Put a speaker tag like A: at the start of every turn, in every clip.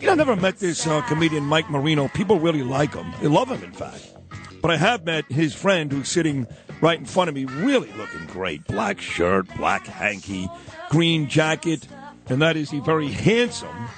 A: know, I never met this uh, comedian Mike Marino. People really like him. They love him, in fact. But I have met his friend who's sitting right in front of me, really looking great. Black shirt, black hanky, green jacket, and that is a very handsome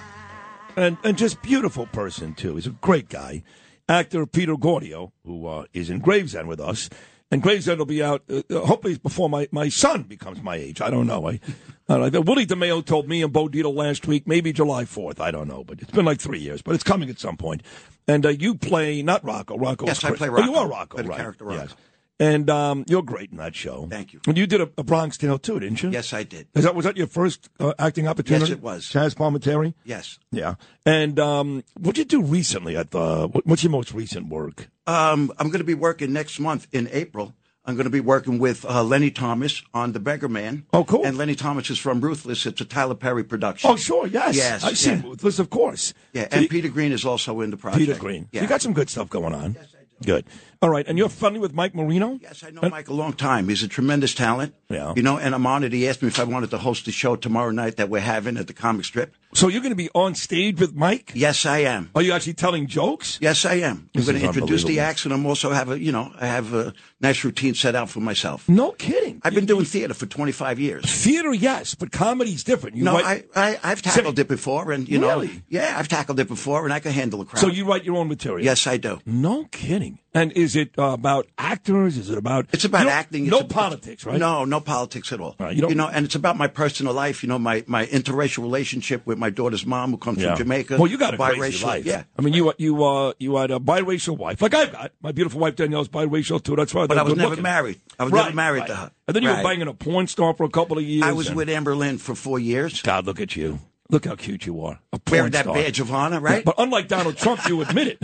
A: and, and just beautiful person, too. He's a great guy. Actor Peter Gordio, who uh, is in Gravesend with us. And Gravesend will be out, uh, uh, hopefully, before my, my son becomes my age. I don't know. I, I don't know. Willie DeMeo told me and Bo Dietl last week, maybe July 4th. I don't know, but it's been like three years, but it's coming at some point. And uh, you play, not Rocco. Rocco
B: Yes, I play
A: Oh, you
B: Rocco.
A: are Rocco,
B: Play the
A: right.
B: character Rocco.
A: Yes. And um, you're great in that show.
B: Thank you.
A: And you did a, a Bronx Tale too, didn't you?
B: Yes, I did.
A: Is that was that your first uh, acting opportunity?
B: it was.
A: Chaz Palminteri.
B: Yes.
A: Yeah. And um, what did you do recently? At the what- what's your most recent work?
B: Um, I'm going to be working next month in April. I'm going to be working with uh, Lenny Thomas on The Beggar Man.
A: Oh, cool.
B: And Lenny Thomas is from Ruthless. It's a Tyler Perry production.
A: Oh, sure. Yes.
B: Yes,
A: I've seen
B: yeah.
A: Ruthless, of course.
B: Yeah,
A: So
B: and
A: you-
B: Peter Green is also in the project.
A: Peter Green.
B: Yeah.
A: You got some good stuff going on. Yes, I do. Good. All right. And you're friendly with Mike Marino.
B: Yes, I know Mike a long time. He's a tremendous talent.
A: Yeah.
B: You know, and I'm honored. He asked me if I wanted to host the show tomorrow night that we're having at the comic strip.
A: So you're going to be on stage with Mike?
B: Yes, I am.
A: Are you actually telling jokes?
B: Yes, I am. I'm
A: This
B: going
A: is
B: to introduce the
A: unbelievable.
B: acts, and I'm also have a you know I have a nice routine set out for myself.
A: No kidding.
B: I've been doing theater for 25 years.
A: Theater, yes, but comedy's different. You
B: No,
A: write-
B: I, I I've tackled it before, and you know,
A: Really?
B: yeah, I've tackled it before, and I can handle a crowd.
A: So you write your own material?
B: yes, I do.
A: No kidding. And is it uh, about actors? Is it about?
B: It's about
A: You don't-
B: acting.
A: No
B: it's a-
A: politics, right?
B: No, no politics at all.
A: Right, you
B: you,
A: don't-
B: know, and it's about my personal life. You know, my, my interracial relationship with my daughter's mom, who comes
A: Yeah.
B: from Jamaica.
A: Well, you got a
B: biracial.
A: crazy life.
B: Yeah,
A: I mean, you you uh, you had a biracial wife, like I've got. My beautiful wife Danielle's biracial too. That's why.
B: But I was never married. I was never married to her.
A: And then you
B: Right.
A: were banging a porn star for a couple of years.
B: I was
A: and-
B: with Amber Lynn for four years.
A: God, look at you. Look how cute you are. A porn
B: Wearing that
A: star.
B: badge of honor, right?
A: But unlike Donald Trump, you admit it.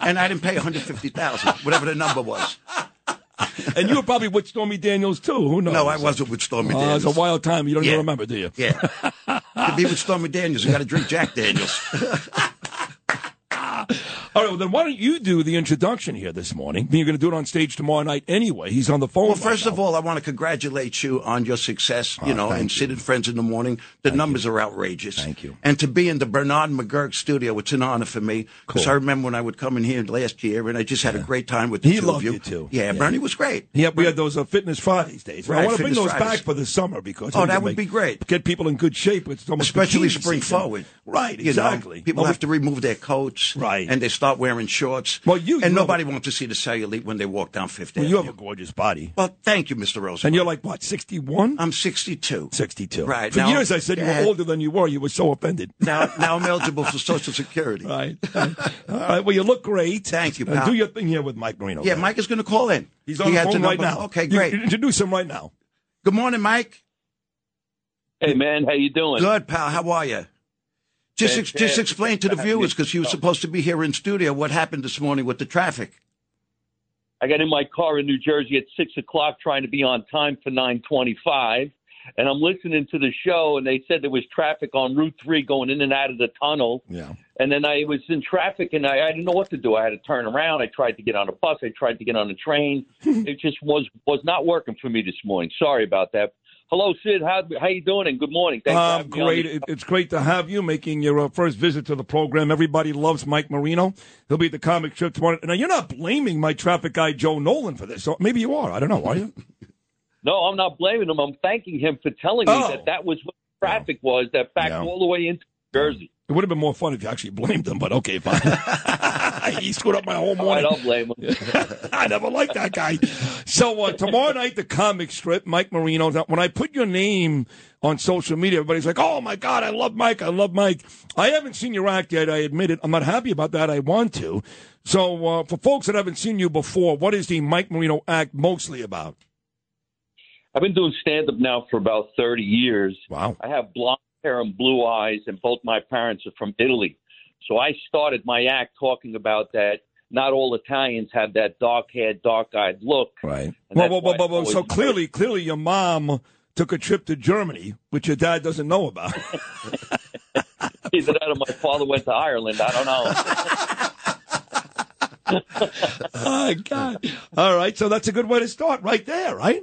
B: and I didn't pay one hundred fifty thousand, whatever the number was.
A: and you were probably with Stormy Daniels too. Who knows?
B: No, I wasn't with Stormy
A: Uh,
B: Daniels.
A: it's a wild time. You don't
B: Yeah.
A: even remember, do you?
B: Yeah, to be with Stormy Daniels, you got to drink Jack Daniels.
A: All right, well, then why don't you do the introduction here this morning? You're going to do it on stage tomorrow night anyway. He's on the phone.
B: Well,
A: right
B: first
A: now.
B: of all, I want to congratulate you on your success,
A: Oh,
B: you know, and Sid and Friends in the Morning. The numbers are outrageous.
A: Thank you.
B: And to be in the Bernard McGurk studio, it's an honor for me. Because I remember when I would come in here last year, and I just had a great time with the
A: He
B: two of
A: loved
B: you.
A: you, too.
B: Yeah,
A: Yeah.
B: Bernie was great.
A: Yep, we had those uh, Fitness Fridays days.
B: Right,
A: I want to bring
B: Fitness
A: those
B: Fridays.
A: back for the summer because
B: Oh,
A: we
B: that
A: can
B: would be great.
A: Get people in good shape. It's almost
B: Especially
A: bikini
B: spring
A: season.
B: forward.
A: Right,
B: You know,
A: exactly.
B: people
A: Well,
B: have to remove their coats.
A: Right.
B: And they start wearing shorts.
A: Well, you-
B: And
A: you
B: nobody wants to see the cellulite when they walk down Fifth
A: well, you
B: Avenue.
A: have a gorgeous body,
B: well, thank you, Mr. Rosen.
A: and you're like what, 61?
B: I'm 62.
A: 62.
B: Right.
A: For
B: now,
A: years, I said you
B: Yeah.
A: were older than you were. You were so offended.
B: Now, now I'm eligible for Social Security.
A: Right. All right. Well, you look great.
B: Thank you,
A: And
B: pal.
A: do your thing here with Mike Marino.
B: Yeah,
A: man.
B: Mike is going to call in.
A: He's on
B: He
A: the
B: has
A: phone right
B: number.
A: now.
B: Okay,
A: You-
B: great.
A: you introduce him right now.
B: Good morning, Mike.
C: Hey man, how you doing?
B: Good pal. How are you? Just ex- just
C: Fantastic.
B: explain to the viewers because you were supposed to be here in studio. What happened this morning with the traffic?
C: I got in my car in New Jersey at six o'clock, trying to be on time for nine twenty-five, and I'm listening to the show, and they said there was traffic on Route Three going in and out of the tunnel.
A: Yeah.
C: And then I was in traffic, and I, I didn't know what to do. I had to turn around. I tried to get on a bus. I tried to get on a train. it just was was not working for me this morning. Sorry about that. Hello, Sid. How how you doing? And good morning. Thanks for
A: Um,
C: having me on
A: great.
C: the-
A: It- It's great to have you making your uh, first visit to the program. Everybody loves Mike Marino. He'll be at the comic strip tomorrow. Now, you're not blaming my traffic guy, Joe Nolan, for this. So maybe you are. I don't know. Are you?
C: No, I'm not blaming him. I'm thanking him for telling
A: Oh.
C: me that that was what traffic was that backed
A: Yeah.
C: all the way into Jersey.
A: It would have been more fun if you actually blamed him, but okay, fine. he screwed up my whole
C: All right,
A: morning.
C: I'll blame him.
A: I never liked that guy. So uh, tomorrow night, the comic strip, Mike Marino. Now, When I put your name on social media, everybody's like, "Oh my God, I love Mike! I love Mike!" I haven't seen your act yet. I admit it. I'm not happy about that. I want to. So uh, for folks that haven't seen you before, what is the Mike Marino act mostly about?
C: I've been doing stand up now for about 30 years.
A: Wow.
C: I have blonde hair and blue eyes, and both my parents are from Italy. So I started my act talking about that not all Italians have that dark haired, dark eyed look.
A: Right.
C: And
A: Well,
C: that's
A: well,
C: why
A: well, well,
C: I've
A: well, so
C: always-
A: clearly, clearly, your mom took a trip to Germany, which your dad doesn't know about.
C: Either that or my father went to Ireland. I don't know.
A: oh God! All right, so that's a good way to start, right there, right?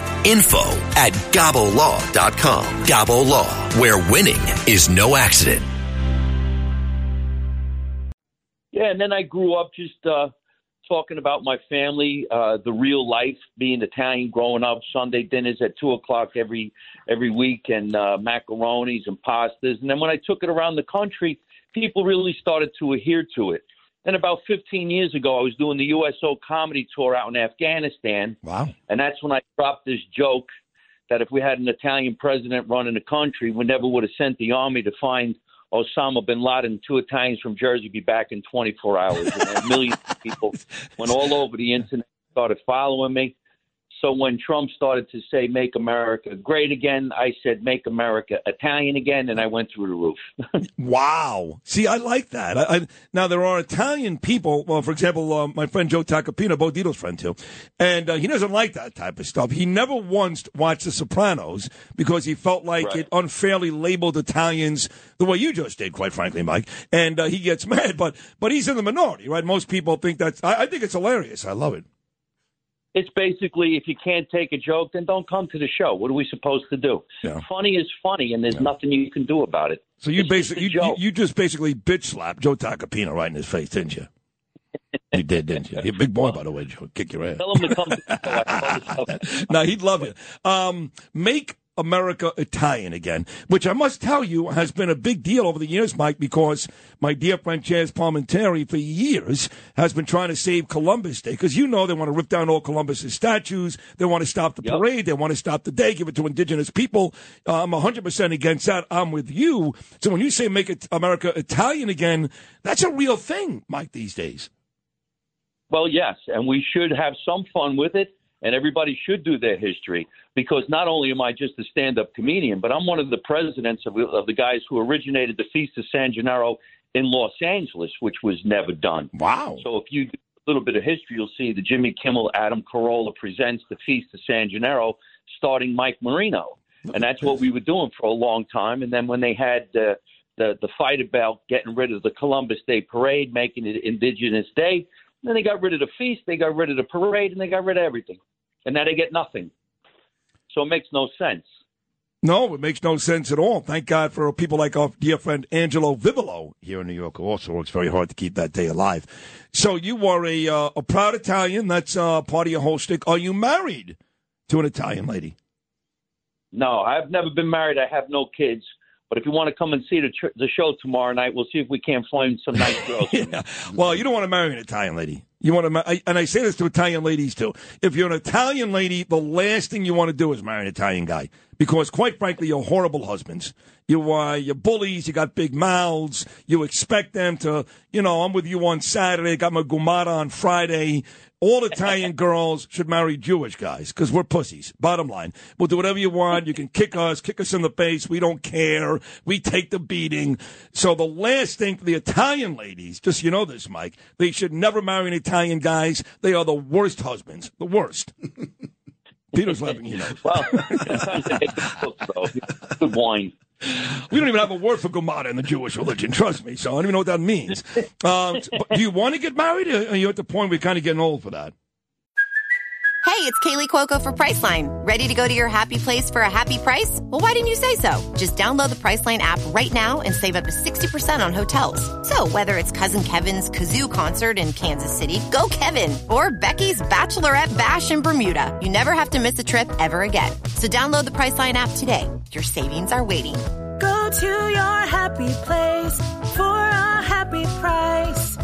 D: info at gabolaw.com. Gabo Law, where winning is no accident.
C: Yeah, and then I grew up just uh, talking about my family, uh, the real life, being Italian, growing up Sunday dinners at two o'clock every every week, and uh, macaronis and pastas. And then when I took it around the country, people really started to adhere to it. And about 15 years ago, I was doing the USO comedy tour out in Afghanistan.
A: Wow.
C: And that's when I dropped this joke that if we had an Italian president running the country, we never would have sent the army to find Osama bin Laden. Two Italians from Jersey would be back in 24 hours. And a million people went all over the internet, started following me. So when Trump started to say, make America great again, I said, make America Italian again. And I went through the roof.
A: Wow. See, I like that. I, I, now there are Italian people. Well, for example, uh, my friend Joe Tacopina, Bodito's friend too, and uh, he doesn't like that type of stuff. He never once watched The Sopranos because he felt like
C: Right.
A: it unfairly labeled Italians the way you just did, quite frankly, Mike. And uh, he gets mad, but but he's in the minority, right? Most people think that's. I, I think it's hilarious. I love it.
C: it's basically if you can't take a joke, then don't come to the show. What are we supposed to do?
A: Yeah.
C: Funny is funny, and there's nothing you can do about it.
A: So you
C: It's just a
A: basically you, you,
C: joke.
A: you just basically bitch slapped Joe Tacopina right in his face, didn't you? You did, didn't you? You're a big boy, by the way, Joe. Kick your ass.
C: tell them to come. To the show. I tell them to-
A: no, he'd love it. Um, make America Italian again, which I must tell you has been a big deal over the years, Mike, because my dear friend Chaz Palmenteri for years has been trying to save Columbus Day. Because you know they want to rip down all Columbus's statues. They want to stop the
C: Yep.
A: parade. They want to stop the day, give it to indigenous people. Uh, I'm 100% against that. I'm with you. So when you say make it America Italian again, that's a real thing, Mike, these days.
C: Well, yes, and we should have some fun with it, and everybody should do their history because not only am I just a stand-up comedian, but I'm one of the presidents of, of the guys who originated the Feast of San Gennaro in Los Angeles, which was never done.
A: Wow.
C: So if you do a little bit of history, you'll see the Jimmy Kimmel, Adam Carolla presents the Feast of San Gennaro, starting Mike Marino, and that's what we were doing for a long time. And then when they had uh, the the fight about getting rid of the Columbus Day Parade, making it Indigenous Day, then they got rid of the feast, they got rid of the parade, and they got rid of everything, and now they get nothing. So it makes no sense.
A: No, it makes no sense at all. Thank God for people like our dear friend Angelo Vivolo here in New York, who also works very hard to keep that day alive. So you are a uh, a proud Italian. That's uh, part of your whole shtick. Are you married to an Italian lady?
C: No, I've never been married. I have no kids. But if you want to come and see the, tr- the show tomorrow night, we'll see if we can't find some nice girls.
A: Yeah. Well, you don't want to marry an Italian lady. You want to, ma- I, and I say this to Italian ladies too. If you're an Italian lady, the last thing you want to do is marry an Italian guy because, quite frankly, you're horrible husbands. You are, you're bullies. You got big mouths. You expect them to, you know, I'm with you on Saturday. Got my gumata on Friday. All Italian girls should marry Jewish guys because we're pussies. Bottom line, we'll do whatever you want. You can kick us, kick us in the face. We don't care. We take the beating. So the last thing for the Italian ladies, just so you know this, Mike, they should never marry an Italian guys. They are the worst husbands, the worst. Peter's laughing. You know,
C: Well, sometimes they make the books, though. Good wine.
A: we don't even have a word for gomata in the Jewish religion. Trust me. So I don't even know what that means. Um, but do you want to get married? Or are you at the point where you're kind of getting old for that?
E: Hey, it's Kaylee Cuoco for Priceline. Ready to go to your happy place for a happy price? Well, why didn't you say so? Just download the Priceline app right now and save up to 60% on hotels. So, whether it's Cousin Kevin's Kazoo concert in Kansas City, go Kevin, or Becky's Bachelorette Bash in Bermuda, you never have to miss a trip ever again. So, download the Priceline app today. Your savings are waiting.
F: Go to your happy place for a happy price.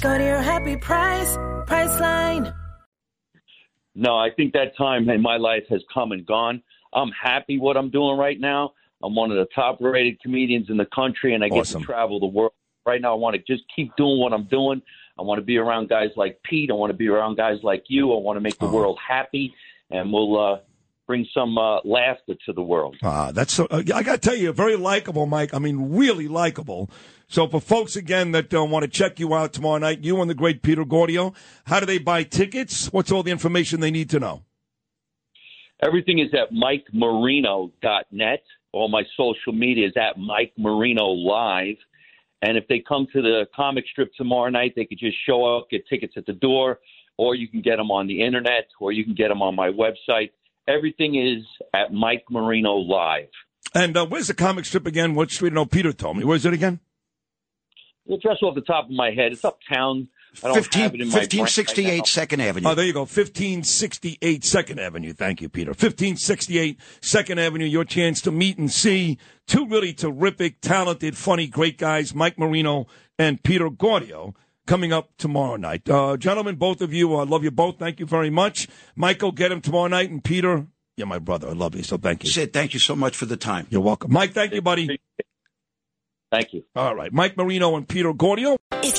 F: Go to your happy price, Priceline.
C: No, I think that time in my life has come and gone. I'm happy what I'm doing right now. I'm one of the top rated comedians in the country, and I get
A: Awesome.
C: to travel the world. Right now, I want to just keep doing what I'm doing. I want to be around guys like Pete. I want to be around guys like you. I want to make the world happy, and we'll uh, bring some uh, laughter to the world.
A: Ah, that's so. Uh, I got to tell you, very likable, Mike. I mean, really likable. So, for folks again that uh, want to check you out tomorrow night, you and the great Peter Gordio, how do they buy tickets? What's all the information they need to know?
C: Everything is at mikemarino.net. All my social media is at Mike Marino Live. And if they come to the comic strip tomorrow night, they could just show up, get tickets at the door, or you can get them on the internet, or you can get them on my website. Everything is at Mike Marino Live.
A: And uh, where's the comic strip again? What street? No, Peter told me. Where's it again?
C: Well, just off the top of my head, it's uptown. I don't have it
B: 15,
C: in my brain right
B: 1568
C: now.
B: Second Avenue.
A: Oh, there you go. 1568 Second Avenue. Thank you, Peter. 1568 Second Avenue. Your chance to meet and see two really terrific, talented, funny, great guys, Mike Marino and Peter Gordio, coming up tomorrow night. Uh, gentlemen, both of you, I love you both. Thank you very much. Michael, get him tomorrow night. And Peter, you're my brother. I love you. So thank you.
B: Sid, thank you so much for the time.
A: You're welcome. Mike, thank you, buddy.
C: Thank you.
A: All right. Mike Marino and Peter Gordio.
G: If